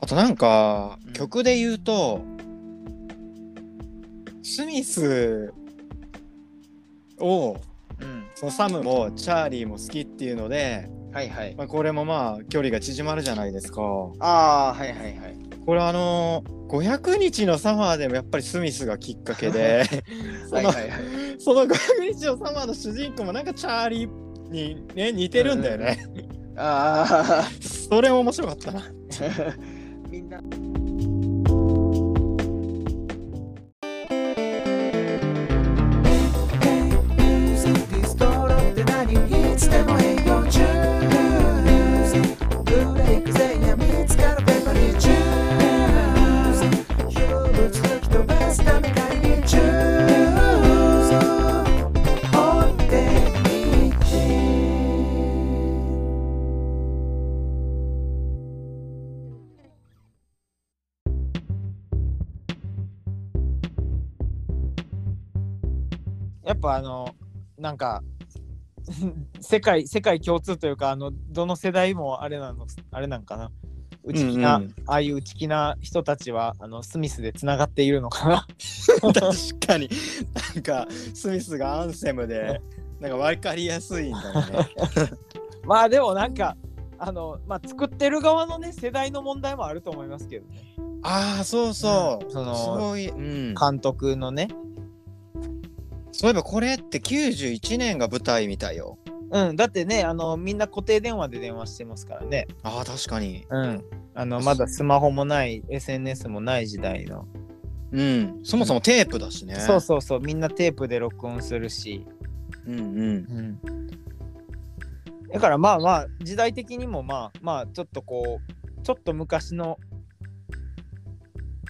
あとなんかうん、曲で言うと、スミスを、うんそのサムもチャーリーも好きっていうので、はいはいまあ、これもまあ距離が縮まるじゃないですか。こああはいはいはいれあのー500日のサマーでもやっぱりスミスがきっかけ でそはいのはいはいその500日のサマーの主人公もなんかチャーリーに、ね、似てるんだよね。ああそれも面白かったな。みんな「スティストロって何いつでも営業中」「ブレイク前夜見つかるペパリ中」「植物突き飛ばすため買いに中」「おいでにやっぱあのなんか 世界世界共通というかあのどの世代もあれなのあれなんかな内気な、うんうんああいう内気な人たちはあのスミスでつながっているのかな 確かになんかスミスがアンセムでなんか分かりやすいんだよね。まあでもなんかあの、まあ、作ってる側のね世代の問題もあると思いますけどね ああそうそう。そのそういうん監督のねそういえばこれって91年が舞台みたいよ。うんだってねあのみんな固定電話で電話してますからねああ確かに。うんあのまだスマホもない SNS もない時代のうん。そもそもテープだしね。そうそうそうみんなテープで録音するしうんうん。うんだからまあまあ時代的にもまあまあちょっとこうちょっと昔の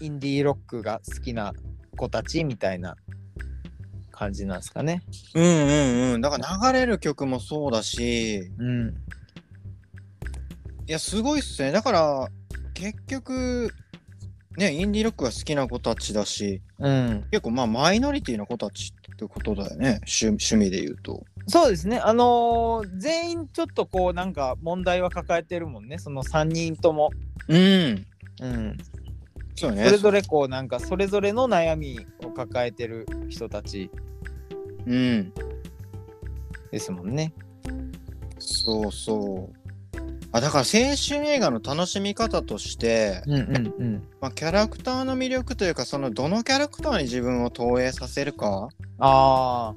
インディーロックが好きな子たちみたいな感じなんですかね。うんうんうん。だから流れる曲もそうだし、うん。いやすごいっすね。だから結局ねインディーロックが好きな子たちだし、うん、結構まあマイノリティの子たちってことだよね。趣趣味で言うと。そうですね。あのー全員ちょっとこうなんか問題は抱えてるもんね。その3人とも。うん。うん。そうそね。れぞれこうなんかそれぞれの悩みを抱えてる人たちうん。ですもんね。そうそう。あだから青春映画の楽しみ方として、うんうんうん。まあ、キャラクターの魅力というかそのどのキャラクターに自分を投影させるかああ。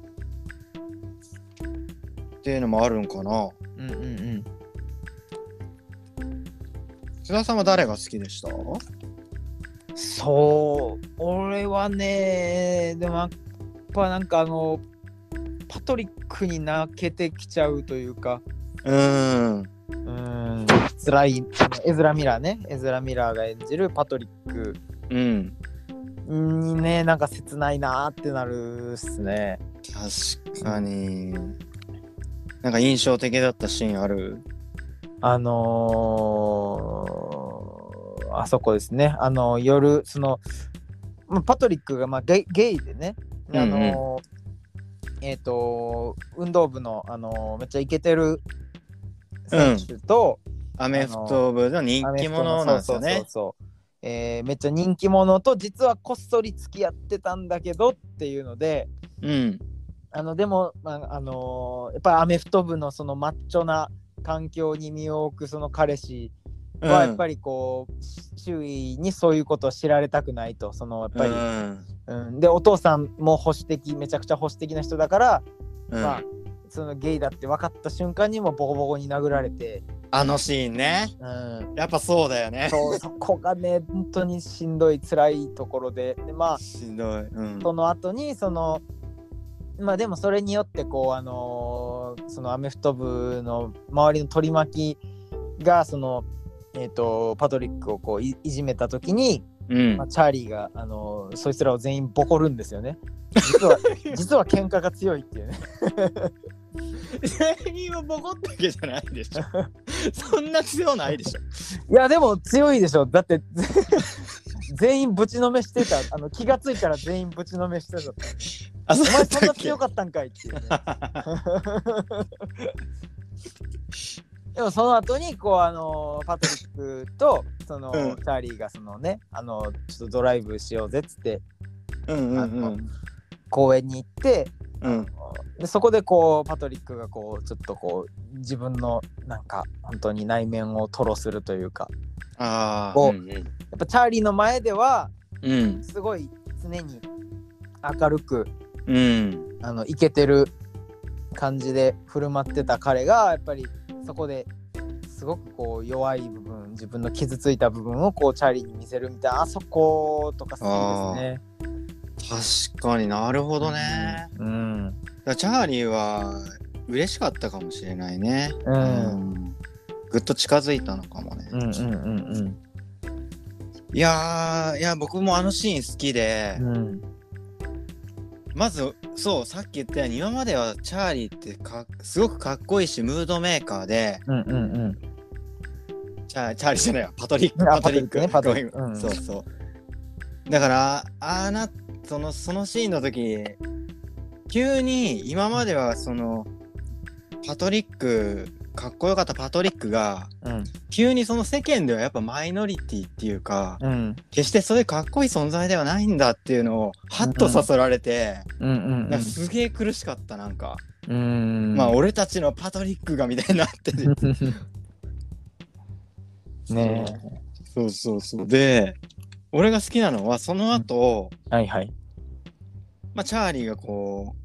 っていうのもあるんかなうんうんうん。須田さんは誰が好きでしたそう俺はねでもやっぱなんかあのパトリックに泣けてきちゃうというかうんうーん辛いエズラ・ミラーねエズラ・ミラーが演じるパトリックうんにねなんか切ないなーってなるっすね確かになんか印象的だったシーンあるあのーあそこですねあの夜そのまあパトリックがまあゲイゲイでねであのーえっ、と運動部のあのーめっちゃイケてる選手と、アメフト部の人アメ気フト者のなんですよそうそうねそうそうえーめっちゃ人気者と実はこっそり付き合ってたんだけどっていうのでうんあのでも、まああのーやっぱりアメフト部のそのマッチョな環境に身を置くその彼氏はやっぱりりこう、周囲にそういうことを知られたくないとそのやっぱり、うんでお父さんも保守的めちゃくちゃ保守的な人だから、うん、まあそのゲイだって分かった瞬間にもうボコボコに殴られて、あのシーンねうん、やっぱそうだよねそうそこがね本当にしんどい辛いところででまあしんどい、うん、その後にそのまあでもそれによってこうあのーそのアメフト部の周りの取り巻きがそのえっ、とパトリックをこういいじめた時にうんまあ、チャーリーが、あのそいつらを全員ボコるんですよね。実は実は喧嘩が強いっていうね。全員をボコったわけじゃないでしょ そんな強ないでしょいやでも強いでしょ。だって全員ぶちのめしてた。あの気がついたら全員ぶちのめしてた。あお前そん強な強かったんかいっていう、ね。でもその後にこうあのパトリックとその、うんチャーリーがそのねあのちょっとドライブしようぜっつってうんうんうん公園に行ってうんでそこでこうパトリックがこうちょっとこう自分のなんか本当に内面を吐露するというかああこううんうんやっぱチャーリーの前ではうんすごい常に明るくうんあのイケてる感じで振る舞ってた彼がやっぱりそこですごくこう弱い部分自分の傷ついた部分をこうチャーリーに見せるみたいなあそことか好きですね。確かになるほどね、うん、だからチャーリーは嬉しかったかもしれないねうんんぐっと近づいたのかもね、うんうんうんいやーいや僕もあのシーン好きで、うんうんまずそうさっき言ったように今まではチャーリーってかすごくかっこいいしムードメーカーでうんうんチャーチャーリーじゃないわパトリックあパトリックパトリックねパトリックごめんうんそうそうだからあーなそのそのシーンの時急に今まではそのパトリックかっこよかったパトリックがうん急にその世間ではやっぱマイノリティっていうかうん決してそういうかっこいい存在ではないんだっていうのをハッとさせられて、うんうんなんかすげえ苦しかったなんか、うんまあ俺たちのパトリックがみたいになっててねそうそうそうで俺が好きなのはその後、えはいはいまあチャーリーがこう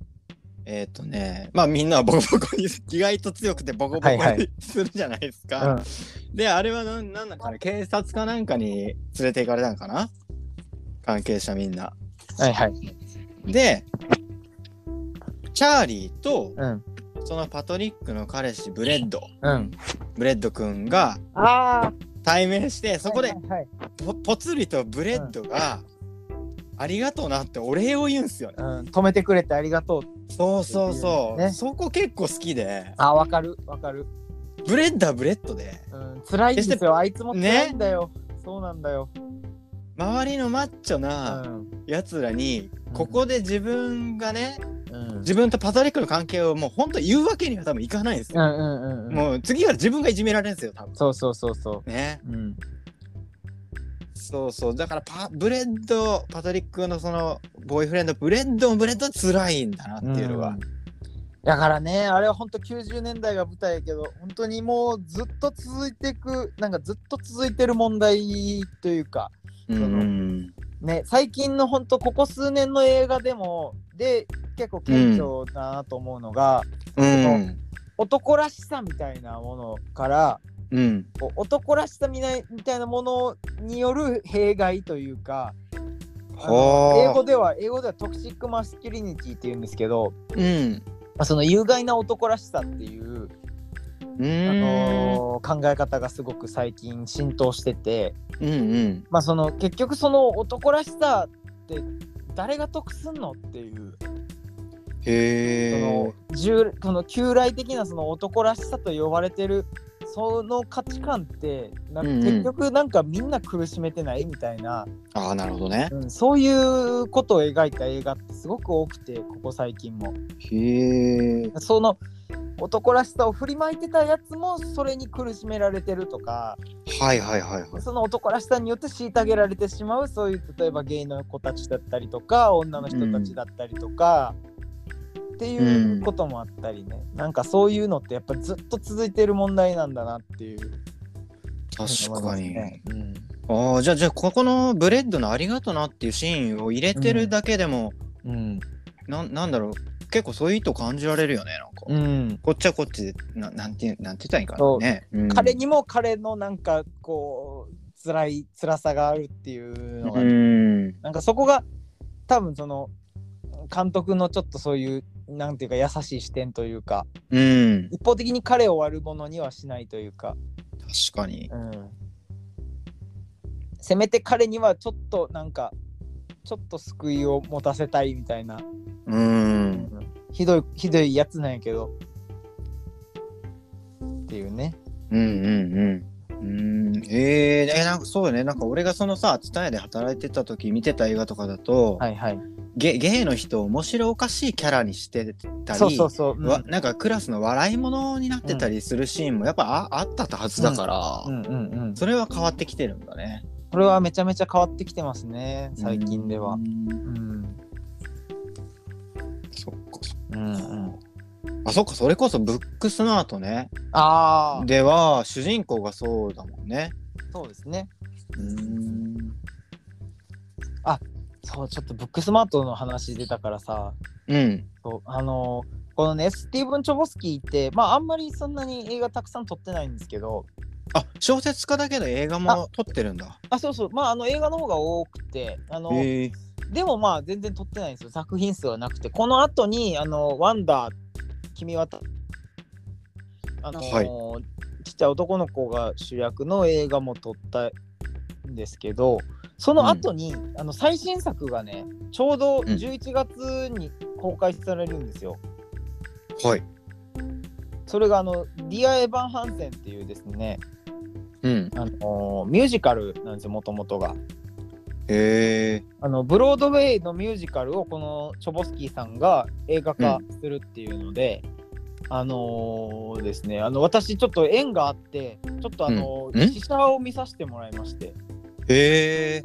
えっ、とねまあみんなはボコボコに 意外と強くてボコボコに、はいはするじゃないですか、うんであれはなんなんだかね警察かなんかに連れて行かれたのかな関係者みんなはいはいでチャーリーとうんそのパトリックの彼氏ブレッドうんブレッドくんがああ対面してそこではいはいぽぽつりとブレッドが、ありがとうなってお礼を言うんすよね。はいうん止めてくれてありがとうそうそうそう。ねそこ結構好きで、あわかるわかるブレッドはブレッドで、うん、辛いんで決すしてよ。あいつも辛いんだよ。そうなんだよ。周りのマッチョなやつらに、うんここで自分がね、うん。自分とパトリックの関係をもう本当言うわけには多分いかないんですうよ。んうんうんうん。もう次から自分がいじめられるんですよ、多分。そうそうそうそね。う。うん。そうそう。だからパ、ブレッド、パトリックのその、ボーイフレンド、ブレッドもブレッドは辛いんだなっていうのうがん。だからね、あれは本当90年代が舞台やけど、本当にもうずっと続いていく、なんかずっと続いてる問題というか、うん。ね、最近の本当ここ数年の映画でも、で、結構顕著だなと思うのが、うん。男らしさみたいなものから、うん。こう男らしさみないみたいなものによる弊害というかあのほう英語では英語ではトクシックマスキュリニティっていうんですけど、うん。まあ、その有害な男らしさっていう、うあん。のー考え方がすごく最近浸透してて、うんうん。まあ、その結局その男らしさって誰が得すんのっていうそへの従その旧来的なその男らしさと呼ばれてるその価値観ってなんかうんうん結局なんかみんな苦しめてないみたいな、ああなるほどね。うんそういうことを描いた映画ってすごく多くてここ最近もへえ。その男らしさを振りまいてたやつもそれに苦しめられてるとかはいはいはいはい。その男らしさによって虐げられてしまうそういう例えばゲイの子たちだったりとか女の人たちだったりとか、っていうこともあったりね、なんかそういうのってやっぱずっと続いてる問題なんだなっていう確かに。うん、ああじゃあじゃあここのブレッドのありがとなっていうシーンを入れてるだけでも、うんなんなんだろう結構そういう意図感じられるよねなんか。うん、こっちはこっちでななんていうなんて言ったらいいんかそなうね。うん彼にも彼のなんかこう辛い辛さがあるっていうのが、うん。なんかそこが多分その監督のちょっとそういうなんていうか優しい視点というかうん。一方的に彼を悪者にはしないというか、確かに。うん、せめて彼にはちょっとなんかちょっと救いを持たせたいみたいな、うん。ひどいひどいやつなんやけどっていうねうんうんうん。うん、えー、えなんかそうよねなんか俺がそのさ蔦屋で働いてた時見てた映画とかだと、はいはいゲゲイの人を面白おかしいキャラにしてたりそうそうそう、うんわなんかクラスの笑い物になってたりするシーンもやっぱああったはずだから、うんうんうん、それは変わってきてるんだねこれはめちゃめちゃ変わってきてますね最近ではう。んうんそっかうんうん、あそっかそれこそブックスマートねああでは主人公がそうだもんねそうですねうんそうちょっとブックスマートの話出たからさうんそうあのーこのねスティーブン・チョボスキーってまああんまりそんなに映画たくさん撮ってないんですけどあ小説家だけど映画も撮ってるんだあそうそうまああの映画の方が多くてあの、へえでもまあ全然撮ってないんですよ作品数はなくてこの後にあのワンダー君はたあのーちっちゃい男の子が主役の映画も撮ったんですけどその後に、あの最新作がねちょうど11月に公開されるんですよ、はいそれがあのディア・エヴァン・ハンセンっていうですねうんあのーミュージカルなんですよもともとがへえあのブロードウェイのミュージカルをこのチョボスキーさんが映画化するっていうので、あのーですねあの私ちょっと縁があってちょっとあのうんん試写を見させてもらいましてへえ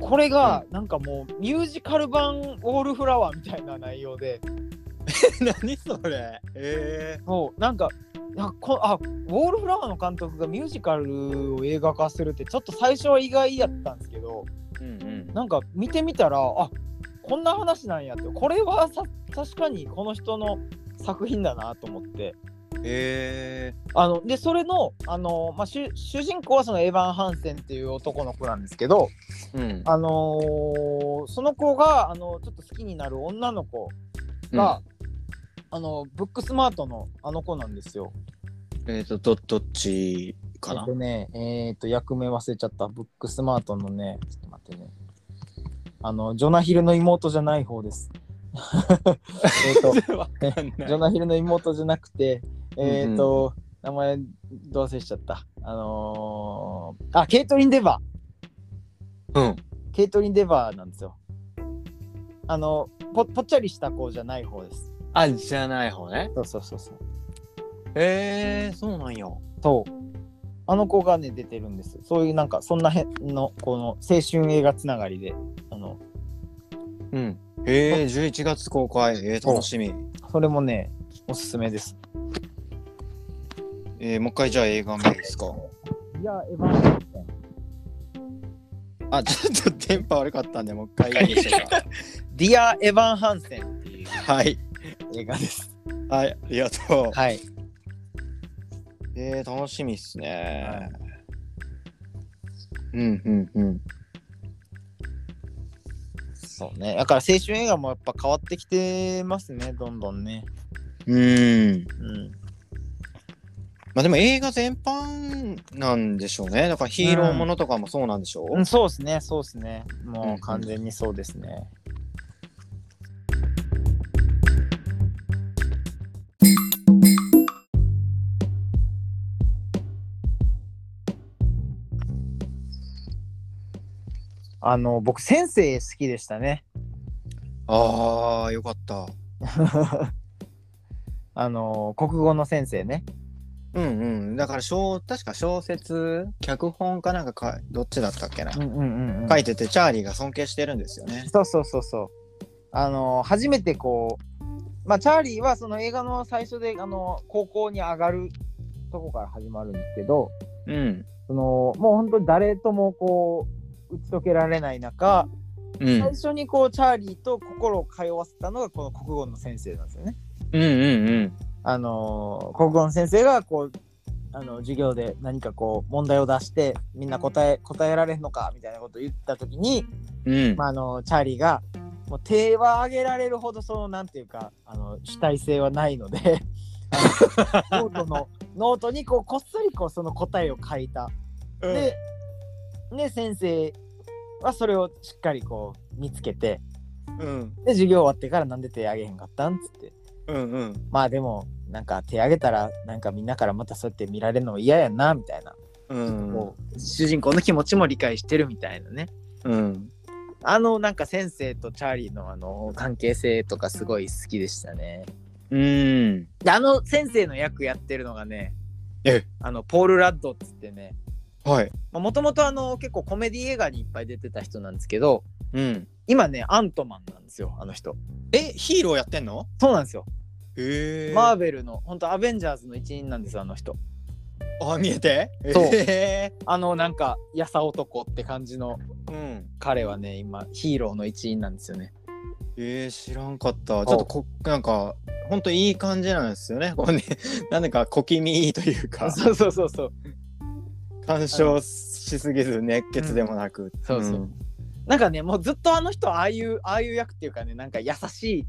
これがなんかもうミュージカル版「ウォールフラワー」みたいな内容で 何それえもうなんかいやこあウォールフラワーの監督がミュージカルを映画化するってちょっと最初は意外やったんですけどえうんうんなんか見てみたらあこんな話なんやってこれはさ確かにこの人の作品だなと思ってへえあのでそれのあの、まあ、主主人公はそのエヴァン・ハンセンっていう男の子なんですけど、うんあのーその子があのちょっと好きになる女の子が、あのブックスマートのあの子なんですよ。えっ、とどどっちかえっなとね、えっ、と、役名忘れちゃった。ブックスマートのね、ちょっと待ってね。あの、ジョナヒルの妹じゃない方です。 えっと、ジョナヒルの妹じゃなくて、えっ、と、名前、どうせしちゃった。あのーあ、ケイトリン・デバうんー。ケイトリン・デバーなんですよ。あの、ぽぽっちゃりした子じゃない方です。あじゃない方ねそうそうそうそう。へえそうなんやそう。あの子がね、出てるんです。そういうなんか、そんな辺の、この青春映画つながりで、あの、うんへえ11月公開えー、楽しみそれもね、おすすめです。えー、もう一回じゃあ映画名ですかいや、エヴァンハンセン。あちょっと電波悪かったんでもう一回いいでしょうかディア・エヴァン・ハンセンっていうはい映画 です。はいありがとうはい。えー、楽しみっすねうんうんうんそうね。だから青春映画もやっぱ変わってきてますね、どんどんね。うんうん。まあでも映画全般なんでしょうねだからヒーローものとかもそうなんでしょう、うん、そうですね、そうですね。うんうもんう完全にそうですね。あの僕先生好きでしたね。ああよかったあの国語の先生ね。うんうんだから小確か小説脚本かなんかかどっちだったっけな、うんうんうんうん書いててチャーリーが尊敬してるんですよねそうそうそうそう。あの初めてこう、まあ、チャーリーはその映画の最初であの高校に上がるとこから始まるんですけど、うんそのもう本当に誰ともこう打ち解けられない中、うん、うん最初にこうチャーリーと心を通わせたのがこの国語の先生なんですよね。うんうんあの国語の先生がこうあの授業で何かこう問題を出してみんな答え答えられんのかみたいなことを言った時に、うんまあ、あのチャーリーがもう手は上げられるほどそのなんていうかあの主体性はない のであのノートのノートにこうこっそりこうその答えを書いた。で,、で先生はそれをしっかりこう見つけてうんで授業終わってからなんで手上げへんかったんっつってうんうんまあでもなんか手上げたらなんかみんなからまたそうやって見られるのも嫌やなみたいな、うんこう主人公の気持ちも理解してるみたいなねうんあのなんか先生とチャーリーのあの関係性とかすごい好きでしたね。うん。であの先生の役やってるのがねえあのポール・ラッドっつってねはい。もともとあの結構コメディ映画にいっぱい出てた人なんですけどうん。今ねアントマンなんですよあの人え、ヒーローやってんのそうなんですよ、へえ。マーベルの本当アベンジャーズの一員なんですよあの人あ、見えてそうへあのなんかやさ男って感じのーうん。彼はね今ヒーローの一員なんですよねえー、知らんかった。ちょっとこ、なんか、ほんといい感じなんですよね。 こうね、なんだか小気味いいというか、そうそうそうそう干渉しすぎず熱血でもなく。そうそううん。なんかねもうずっとあの人はああいうああいう役っていうかねなんか優しい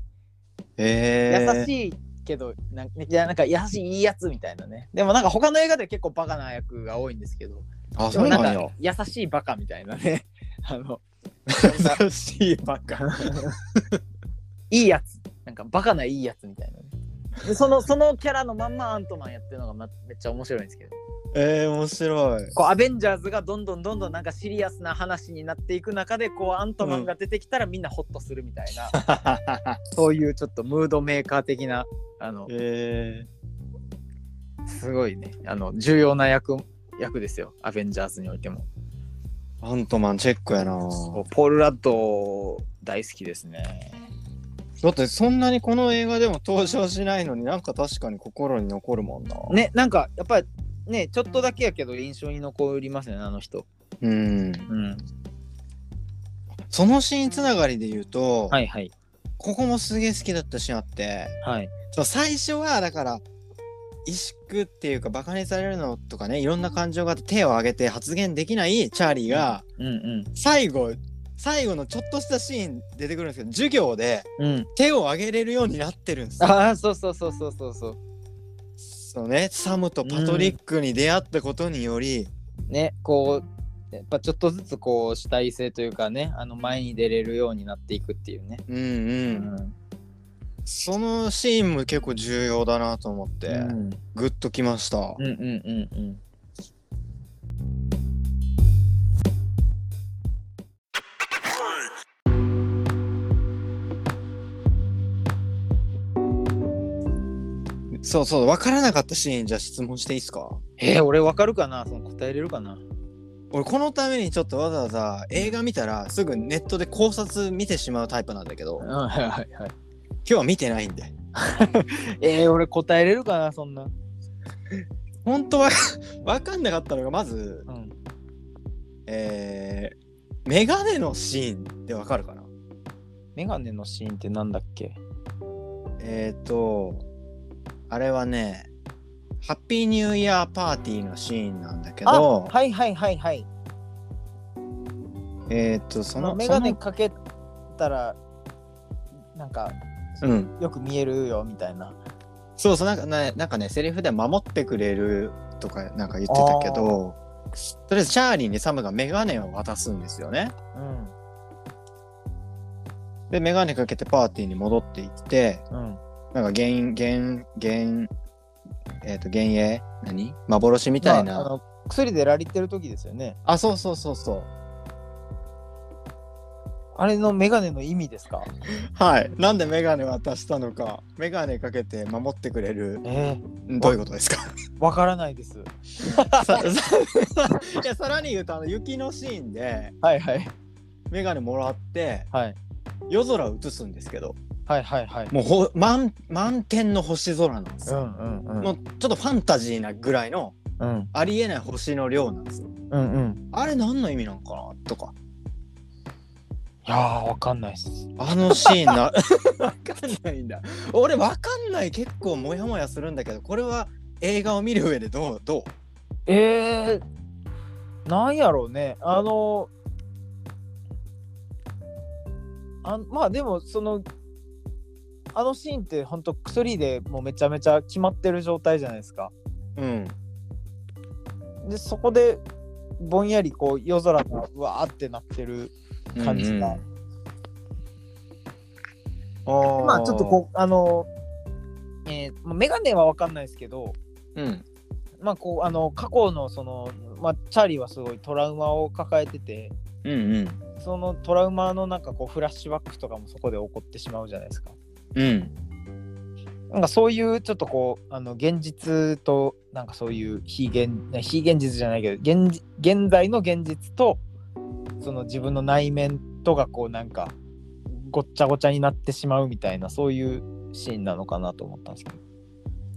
えー、優い。しいけどなんいやなんか優しいいいやつみたいなねでもなんか他の映画では結構バカな役が多いんですけどあ、でそもうななんんかよ。優しいバカみたいなね あの優しいばっか。いいやつなんかバカないいやつみたいなねでそのそのキャラのまんまアントマンやってるのがまめっちゃ面白いんですけどえー、面白 い。こうアベンジャーズがどんどんどんどんなんかシリアスな話になっていく中でこうアントマンが出てきたらみんなホッとするみたいな、そういうちょっとムードメーカー的なあのえすごいねあの重要な役役ですよアベンジャーズにおいてもー、アントマンチェックやなそうポール・ラッド大好きですねだってそんなにこの映画でも登場しないのになんか確かに心に残るもんな。ねなんかやっぱりねちょっとだけやけど印象に残りますねあの人うん。うんそのシーンつながりで言うと、はいはいここもすげえ好きだったシーンあって、はいそう最初はだから、萎縮っていうかバカにされるのとかね、いろんな感情があって手を挙げて発言できないチャーリーが、うんうん最後、最後のちょっとしたシーン出てくるんですけど、授業でうん、手を挙げれるようになってるんですよ。ああそうそうそうそうそうそうそうね、サムとパトリックに出会ったことにより、ねこうやっぱちょっとずつこう主体性というかねあの前に出れるようになっていくっていうね、うん、うん、うんそのシーンも結構重要だなと思って、うんグッときましたうん、うんうんうんそうそう分からなかったシーンじゃあ質問していいですかえー、俺わかるかなその答えれるかな俺このためにちょっとわざわざ映画見たらすぐネットで考察見てしまうタイプなんだけどう今んはいはいはい日は見てないんでえー、俺答えれるかなそんな本当は 分かんなかったのがまずうんえー、メガネのシーンで分かるかなメガネのシーンってなんだっけえっ、ー、とあれはねハッピーニューイヤーパーティーのシーンなんだけあどはいはいはいはいえっ、ー、とそそののメガネかけたらなんかそのうんよく見えるよみたいなそうそうなんかねなんかねセリフで守ってくれるとかなんか言ってたけどとりあえずチャーリーにサムがメガネを渡すんですよねうんでメガネかけてパーティーに戻っていってうんなんか原因原原えっ、と幻影何幻みたいな、まあああ、の薬でラリってる時ですよねそうそうそうそうあれのメガネの意味ですかはいなんでメガネ渡したのかメガネかけて守ってくれるええんどういうことですか わからないです。ささいやさらに言うとあの雪のシーンではいはい。メガネもらってはい。夜空を映すんですけどはいはいはい。もうほ満満天の星空なんですうよ、んうんうん。もうちょっとファンタジーなぐらいのうんありえない星の量なんですようんうん。あれ何の意味なんかなとかいやーわかんないっす。あのシーンな わかんないんだ俺わかんない結構モヤモヤするんだけどこれは映画を見る上でどうどえー、なんやろうね。あのあまあでもそのあのシーンってほんと薬でもうめちゃめちゃ決まってる状態じゃないですか。ううんでそこでぼんやりこう夜空がうわーってなってる感じが。うんうんまあちょっとこうあのえー、メガネはわかんないですけど、ううんまあこうあの過去のその、まあ、チャーリーはすごいトラウマを抱えてて、うんうんそのトラウマのなんかこうフラッシュバックとかもそこで起こってしまうじゃないですか。うんなんかそういうちょっとこうあの現実となんかそういう非現非現実じゃないけど現現在の現実とその自分の内面とがこうなんかごっちゃごちゃになってしまうみたいなそういうシーンなのかなと思ったんですけど。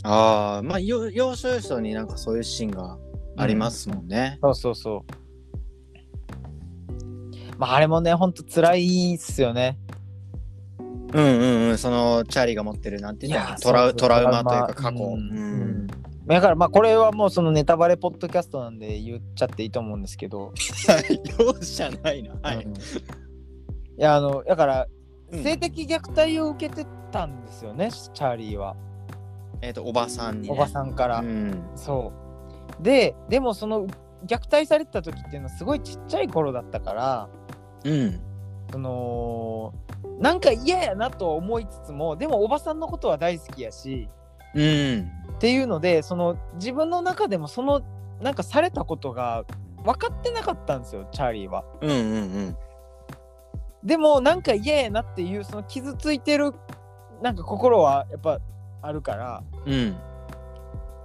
ああまあよ要所要所になんかそういうシーンがありますもんね、そうそうそう。まああれもねほんと辛いっすよね。うん、うんうんそのチャーリーが持ってるなんていうのいやートラそうウそうトラウマというかトラ過去ウマううんん だからまあこれはもうそのネタバレポッドキャストなんで言っちゃっていいと思うんですけど、容赦ないなはういんいやあのだからうん性的虐待を受けてたんですよね、チャーリーはえっ、とおばさんに、ね、おばさんから、うんそうででもその虐待されてた時っていうのはすごいちっちゃい頃だったからうんそのなんか嫌やなとは思いつつもでもおばさんのことは大好きやしうんっていうのでその自分の中でもそのなんかされたことが分かってなかったんですよチャーリーは。うんうんうんでもなんか嫌やなっていうその傷ついてるなんか心はやっぱあるからうん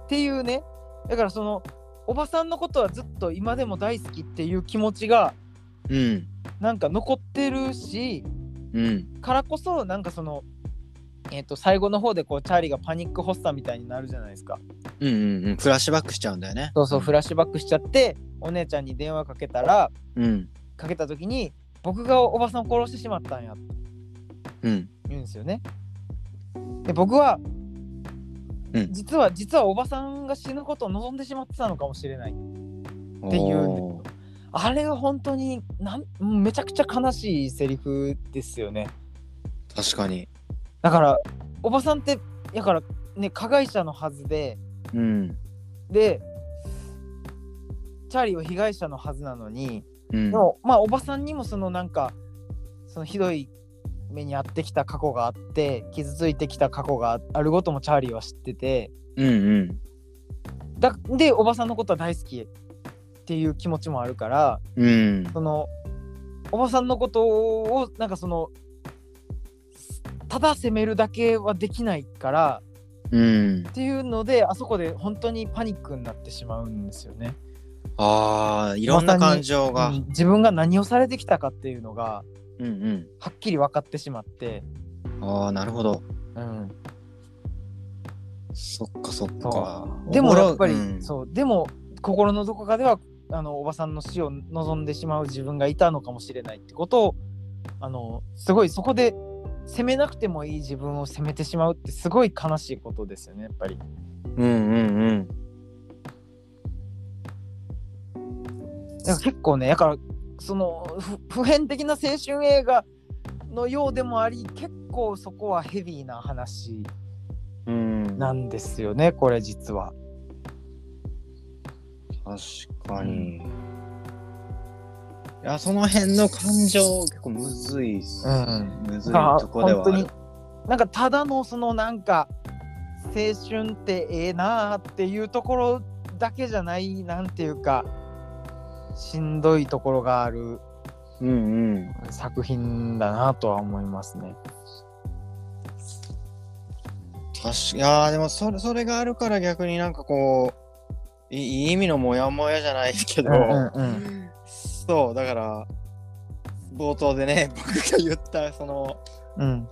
っていうねだからそのおばさんのことはずっと今でも大好きっていう気持ちがうんなんか残ってるしうんからこそなんかそのえっ、と最後の方でこうチャーリーがパニック発作みたいになるじゃないですかうんうんうんフラッシュバックしちゃうんだよねそうそうフラッシュバックしちゃってお姉ちゃんに電話かけたらうんかけた時に僕がおばさんを殺してしまったんやうん言うんですよね。で僕は、うん実は実はおばさんが死ぬことを望んでしまってたのかもしれないっていうおーあれは本当になんめちゃくちゃ悲しいセリフですよね確かにだからおばさんってだからね加害者のはずでうんでチャーリーは被害者のはずなのに、うんでもまあおばさんにもそのなんかそのひどい目に遭ってきた過去があって傷ついてきた過去があることもチャーリーは知っててうんうんだでおばさんのことは大好きっていう気持ちもあるからうんそのおばさんのことをなんかそのただ責めるだけはできないからうんっていうのであそこで本当にパニックになってしまうんですよね。ああいろんな感情が、うん自分が何をされてきたかっていうのがうんはっきり分かってしまって、うんああなるほどうん、そっかそっかそでもやっぱり、うんそうでも心のどこかではあのおばさんの死を望んでしまう自分がいたのかもしれないってことをあのすごいそこで責めなくてもいい自分を責めてしまうってすごい悲しいことですよねやっぱり。うんうんうんだから結構ねだからそのふ普遍的な青春映画のようでもあり結構そこはヘビーな話うんなんですよねこれ実は。確かに、いやその辺の感情結構むずいっす、うんむずいがとこではある本当になんかただのそのなんか青春ってええなあっていうところだけじゃないなんていうかしんどいところがあるうんうん作品だなとは思いますね。確かいやーでもそれそれがあるから逆になんかこういいい意味のモヤモヤじゃないけど、うんそうだから冒頭でね 僕が言ったそのうん、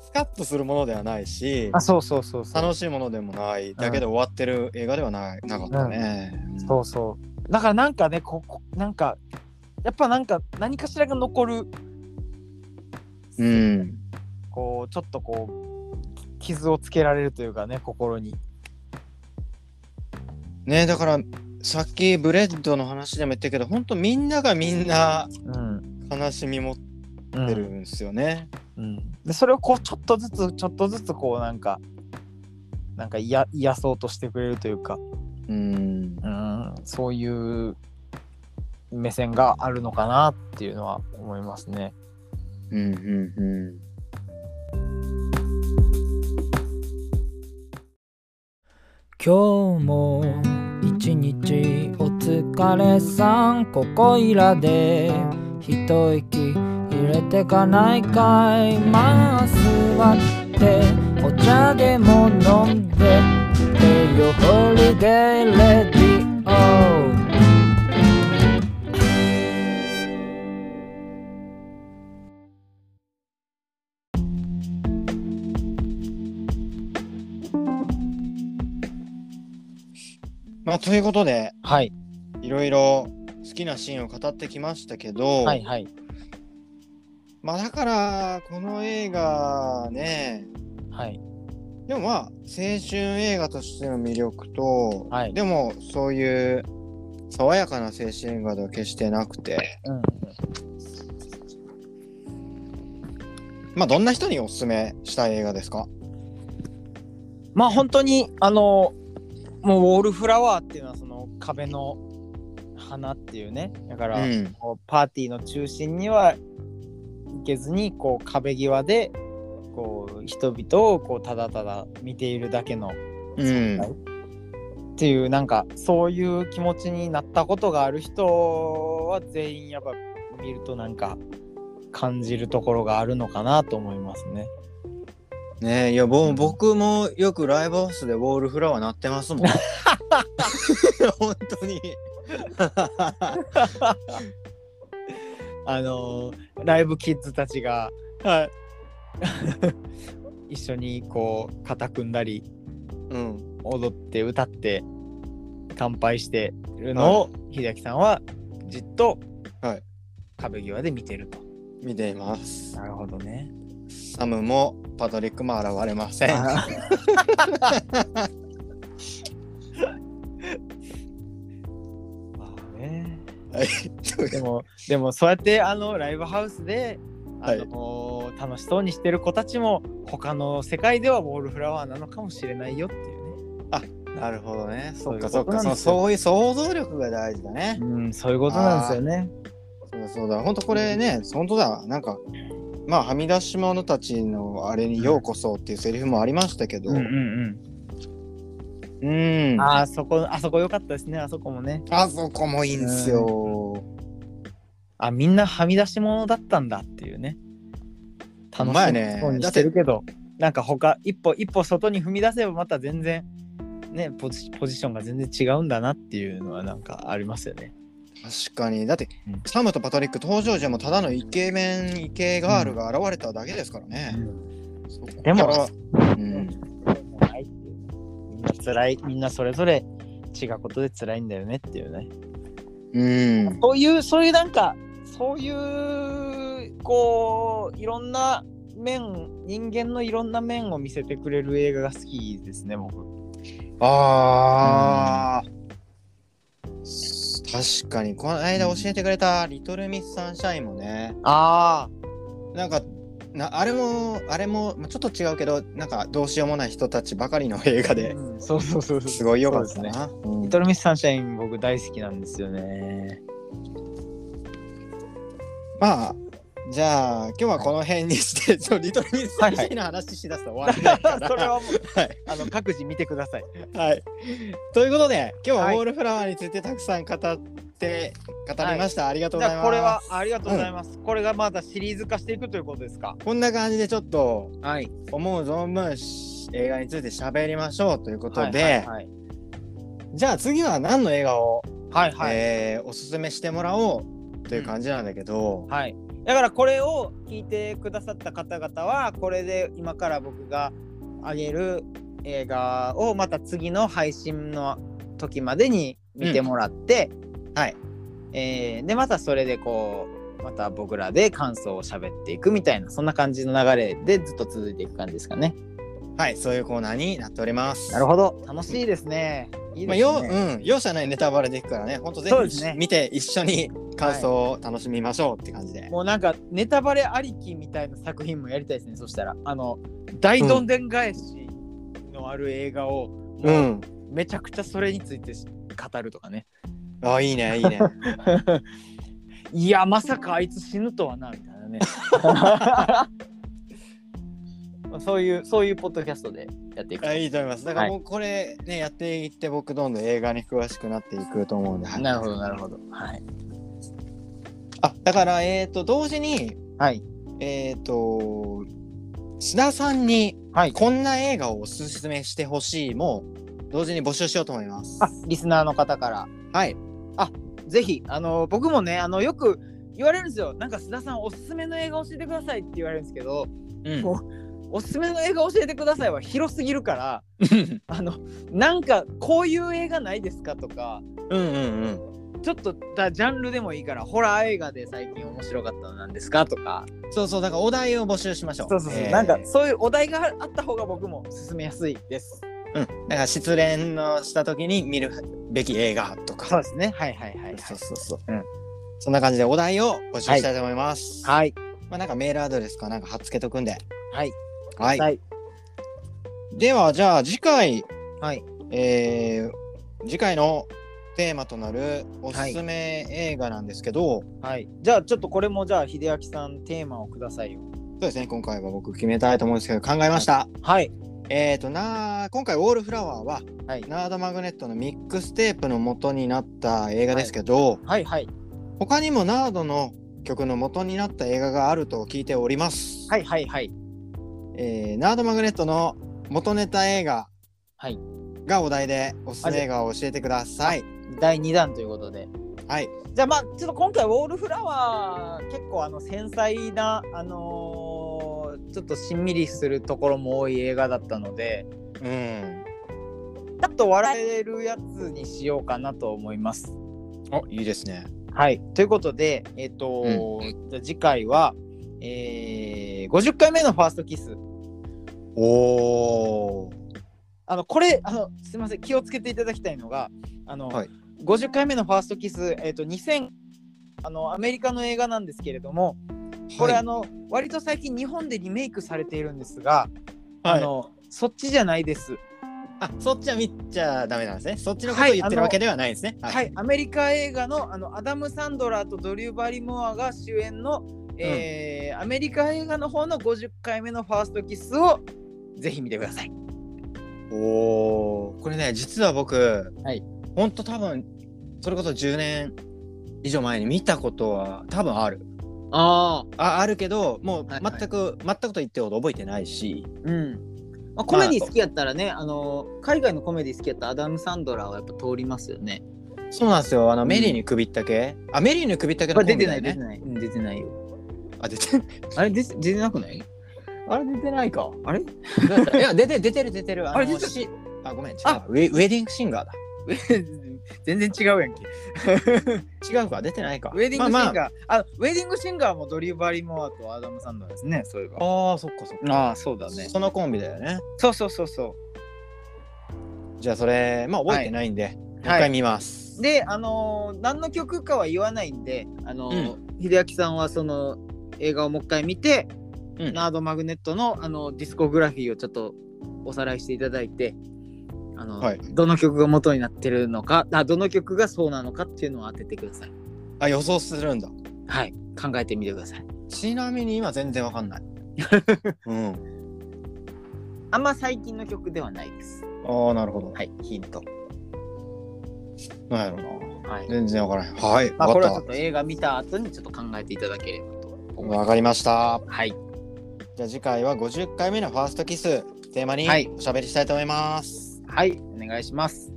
スカッとするものではないしあそうそうそうそう楽しいものでもないだけで終わってる映画ではない、なかったね、うんそうそうだからなんかねここなんかやっぱなんか何かしらが残るうんこうちょっとこう傷をつけられるというかね心に。ねだからさっきブレッドの話でも言ったけど本当みんながみんなうん悲しみ持っうんてるんですよね。でそれをこうちょっとずつちょっとずつこうなんかなんか癒癒そうとしてくれるというかうんうんそういう目線があるのかなっていうのは思いますね。うんうんうん今日も一日お疲れさんここいらで一息入れてかないかいまあ座ってお茶でも飲んでってよホリデーレディオまあということではいいろいろ好きなシーンを語ってきましたけど、はいはいまあだからこの映画ねはいでもまあ青春映画としての魅力と、はいでもそういう爽やかな青春映画では決してなくてうんまあどんな人におすすめしたい映画ですかまあ本当にあのもうウォールフラワーっていうのはその壁の花っていうねだから、うんこうパーティーの中心には行けずにこう壁際でこう人々をこうただただ見ているだけのうんっていうなんかそういう気持ちになったことがある人は全員やっぱ見るとなんか感じるところがあるのかなと思いますね。ねえいやぼ僕もよくライブハウスでウォールフラワー鳴ってます もん本当にあのーライブキッズたちが、 一緒にこう肩組んだりうん踊って歌って乾杯してるのを秀明さんはじっとはい壁際で見てると。見ていますなるほどね。サムもパトリックも現れませんあーねでもでもそうやってあのライブハウスで、あの楽しそうにしてる子たちも他の世界ではウォールフラワーなのかもしれないよっていう なるほどねそっかそうそいうっことなかんそでうそすよういう想像力が大事だねね、うん、そういうことなんですよね。そうだそうだ本当これね本当だなんかまあはみ出し者たちのあれにようこそっていうセリフもありましたけどうんううんんうん、あーそこあそこ良かったですねあそこもねあそこもいいんですよあみんなはみ出し者だったんだっていうねほん楽まやねしそうにしてるけど、なんか他一歩一歩外に踏み出せばまた全然ねポジポジションが全然違うんだなっていうのはなんかありますよね確かにだって、うんサムとパトリック登場時もただのイケメンイケガールが現れただけですからね、そこからでもうん、辛いっていうねみんな辛いみんなそれぞれ違うことで辛いんだよねっていうねうん、そういうそういうなんかそういうこういろんな面人間のいろんな面を見せてくれる映画が好きですね僕あー、確かにこの間教えてくれた「リトル・ミス・サンシャイン」もねああなんかなあれもあれもまあちょっと違うけどなんかどうしようもない人たちばかりの映画でうんそうそうそうそうすごい良かっそたうですねな、うんリトルミスサンシャイン僕大好きなんですよねまあじゃあ今日はこの辺にして、ちょリトル・ミス・サンシャインの話しだすと終わらないから それはもう、はいあの各自見てくださいはい。ということで、今日ははウいォールフラワーについてたくさん語って、語りました。ありがとうじございまゃあす。これはありがとうございます、これがまたシリーズ化していくということですかこんな感じでちょっとはい思う存分し映画について喋りましょうということで、はいじゃあ次は何の映画を、はいはい、えーおすすめしてもらおうという感じなんだけど、はい、だからこれを聞いてくださった方々はこれで今から僕があげる映画をまた次の配信の時までに見てもらって、はい、えーでまたそれでこうまた僕らで感想を喋っていくみたいなそんな感じの流れでずっと続いていく感じですかね。はい、そういうコーナーになっております。なるほど楽しいですね。いいまであ、すねようん、容赦ないネタバレでいくからね、本当ぜそうでひ、すね見て一緒に感想を楽しみましょうって感じで。もうなんかネタバレありきみたいな作品もやりたいですねそしたらあの大どんでん返しのある映画を、う、もうんめちゃくちゃそれについて語るとかねあ、いいね、い いね。いやまさかあいつ死ぬとはなみたいな ねまあそういうそういうポッドキャストでやっていくあいいと思います。だからはいもうこれね、やっていって僕どんどん映画に詳しくなっていくと思うんで、はいなるほどなるほどはいあだからえっ、と同時に、はいえっ、と須田さんにはいこんな映画をおすすめしてほしいも同時に募集しようと思います。あリスナーの方からはいぜひあの僕もねあのよく言われるんですよなんか須田さんおすすめの映画教えてくださいって言われるんですけどうんもおすすめの映画教えてくださいは広すぎるから あのなんかこういう映画ないですかとかうんうんうん。ちょっとだジャンルでもいいからホラー映画で最近面白かったのなんですかとかそうそうだからお題を募集しましょう。そうそうそう、えーなんかそういうお題があった方が僕も進めやすいですうんだから失恋のした時に見るべき映画とか。そうですねはいはいはいはいそうそうそう。うんそんな感じでお題を募集したいと思います。はいまあなんかメールアドレスかなんか貼っつけとくんで。はいはい。はいではじゃあ次回、はいえー次回のテーマとなるおすすめ映画なんですけど、はいじゃあちょっとこれもじゃあ秀明さんテーマをくださいよそうですね今回は僕決めたいと思うんですけど考えました。はいえー、とな今回「ウォールフラワーは」はいナードマグネットのミックステープの元になった映画ですけど、はいはい他にもナードの曲の元になった映画があると聞いております。はいはいはいえーナードマグネットの元ネタ映画はいがお題でおすすめ映画を教えてください。第2弾ということではい。じゃあまあちょっと今回ウォールフラワー結構あの繊細なあのーちょっとしんみりするところも多い映画だったのでうん。ちょっと笑えるやつにしようかなと思います。あいいですね。はい、ということで、えっとじゃあ次回は、えー、50回目のファーストキス。おお。あのこれあのすみません気をつけていただきたいのがあの、はい50回目のファーストキス、えっと2000あのアメリカの映画なんですけれどもこれ、はいあの割と最近日本でリメイクされているんですが、はいあのそっちじゃないです。あそっちは見ちゃダメなんですね。そっちのことを言ってるわけではないですね。はい、アメリカ映画のあのアダム・サンドラーとドリュー・バリモアが主演の、えーアメリカ映画の方の50回目のファーストキスをぜひ見てください。おお。これね実は僕、はい、ほんと多分それこそ10年以上前に見たことは多分ある。あああるけどもうはいはい全く、全くと言ってほど覚えてないし。うん。まあ、コメディ好きやったらね、あの海外のコメディ好きやったらアダム・サンドラーはやっぱ通りますよね。そうなんですよ。あの、メリーに首ったけ、あ、メリーに首ったけのこコれンビ出てなだい、よ出てね。ない、うん出てないよ。あ、出て あれ出て出てなくないあれ出 てないか。あれウどうやったいや、出て出てる出てる。ああれの出てるしあ、ごめん、違うあウェ。ウェディングシンガーだ。ェ 全然違うやんけ。違うか、出てないか。ウェディングシンガー、まあまああウェディングシンガーもドリュー・バリモアとアダム・サンドラーですね、そういえば。あー、そっかそっか。ああ、そうだそのコンビだよね。そうそうそうそじゃあ、それ、まあ、覚えてないんで、う。一は回い。見ます。で、あのー何の曲かは言わないんで、あのー秀明さんはその映画をもう一回見て、うんナードマグネットのあのディスコグラフィーをちょっとおさらいしていただいて、あのはいどの曲が元になってるのかあ、どの曲がそうなのかっていうのを当ててください。あ、予想するんだ。はい。考えてみてください。ちなみに今、全然わか んない。うん。あんま最近の曲ではないです。ああ、なるほど。はい、ヒント。なんやろうな。はい。全然わからない。はい、まあ、こわれはかちょっっと映画見た後にちょっと考えていただければとた。思いわまかりました。す。はい。じゃあ次回は50回目のファーストキステーマにはいおしゃべりしたいと思います。はい。お願いします。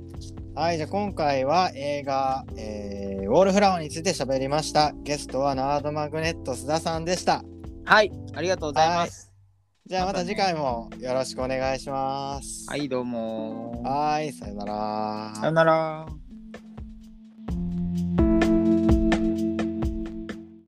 はい、じゃあ今回は映画、えーウォールフラワーについてしゃべりました。ゲストはナードマグネット須田さんでした。はい。ありがとうございます。じゃあまたまたね次回もよろしくお願いします。はい、どうも。はい、さよなら。なら。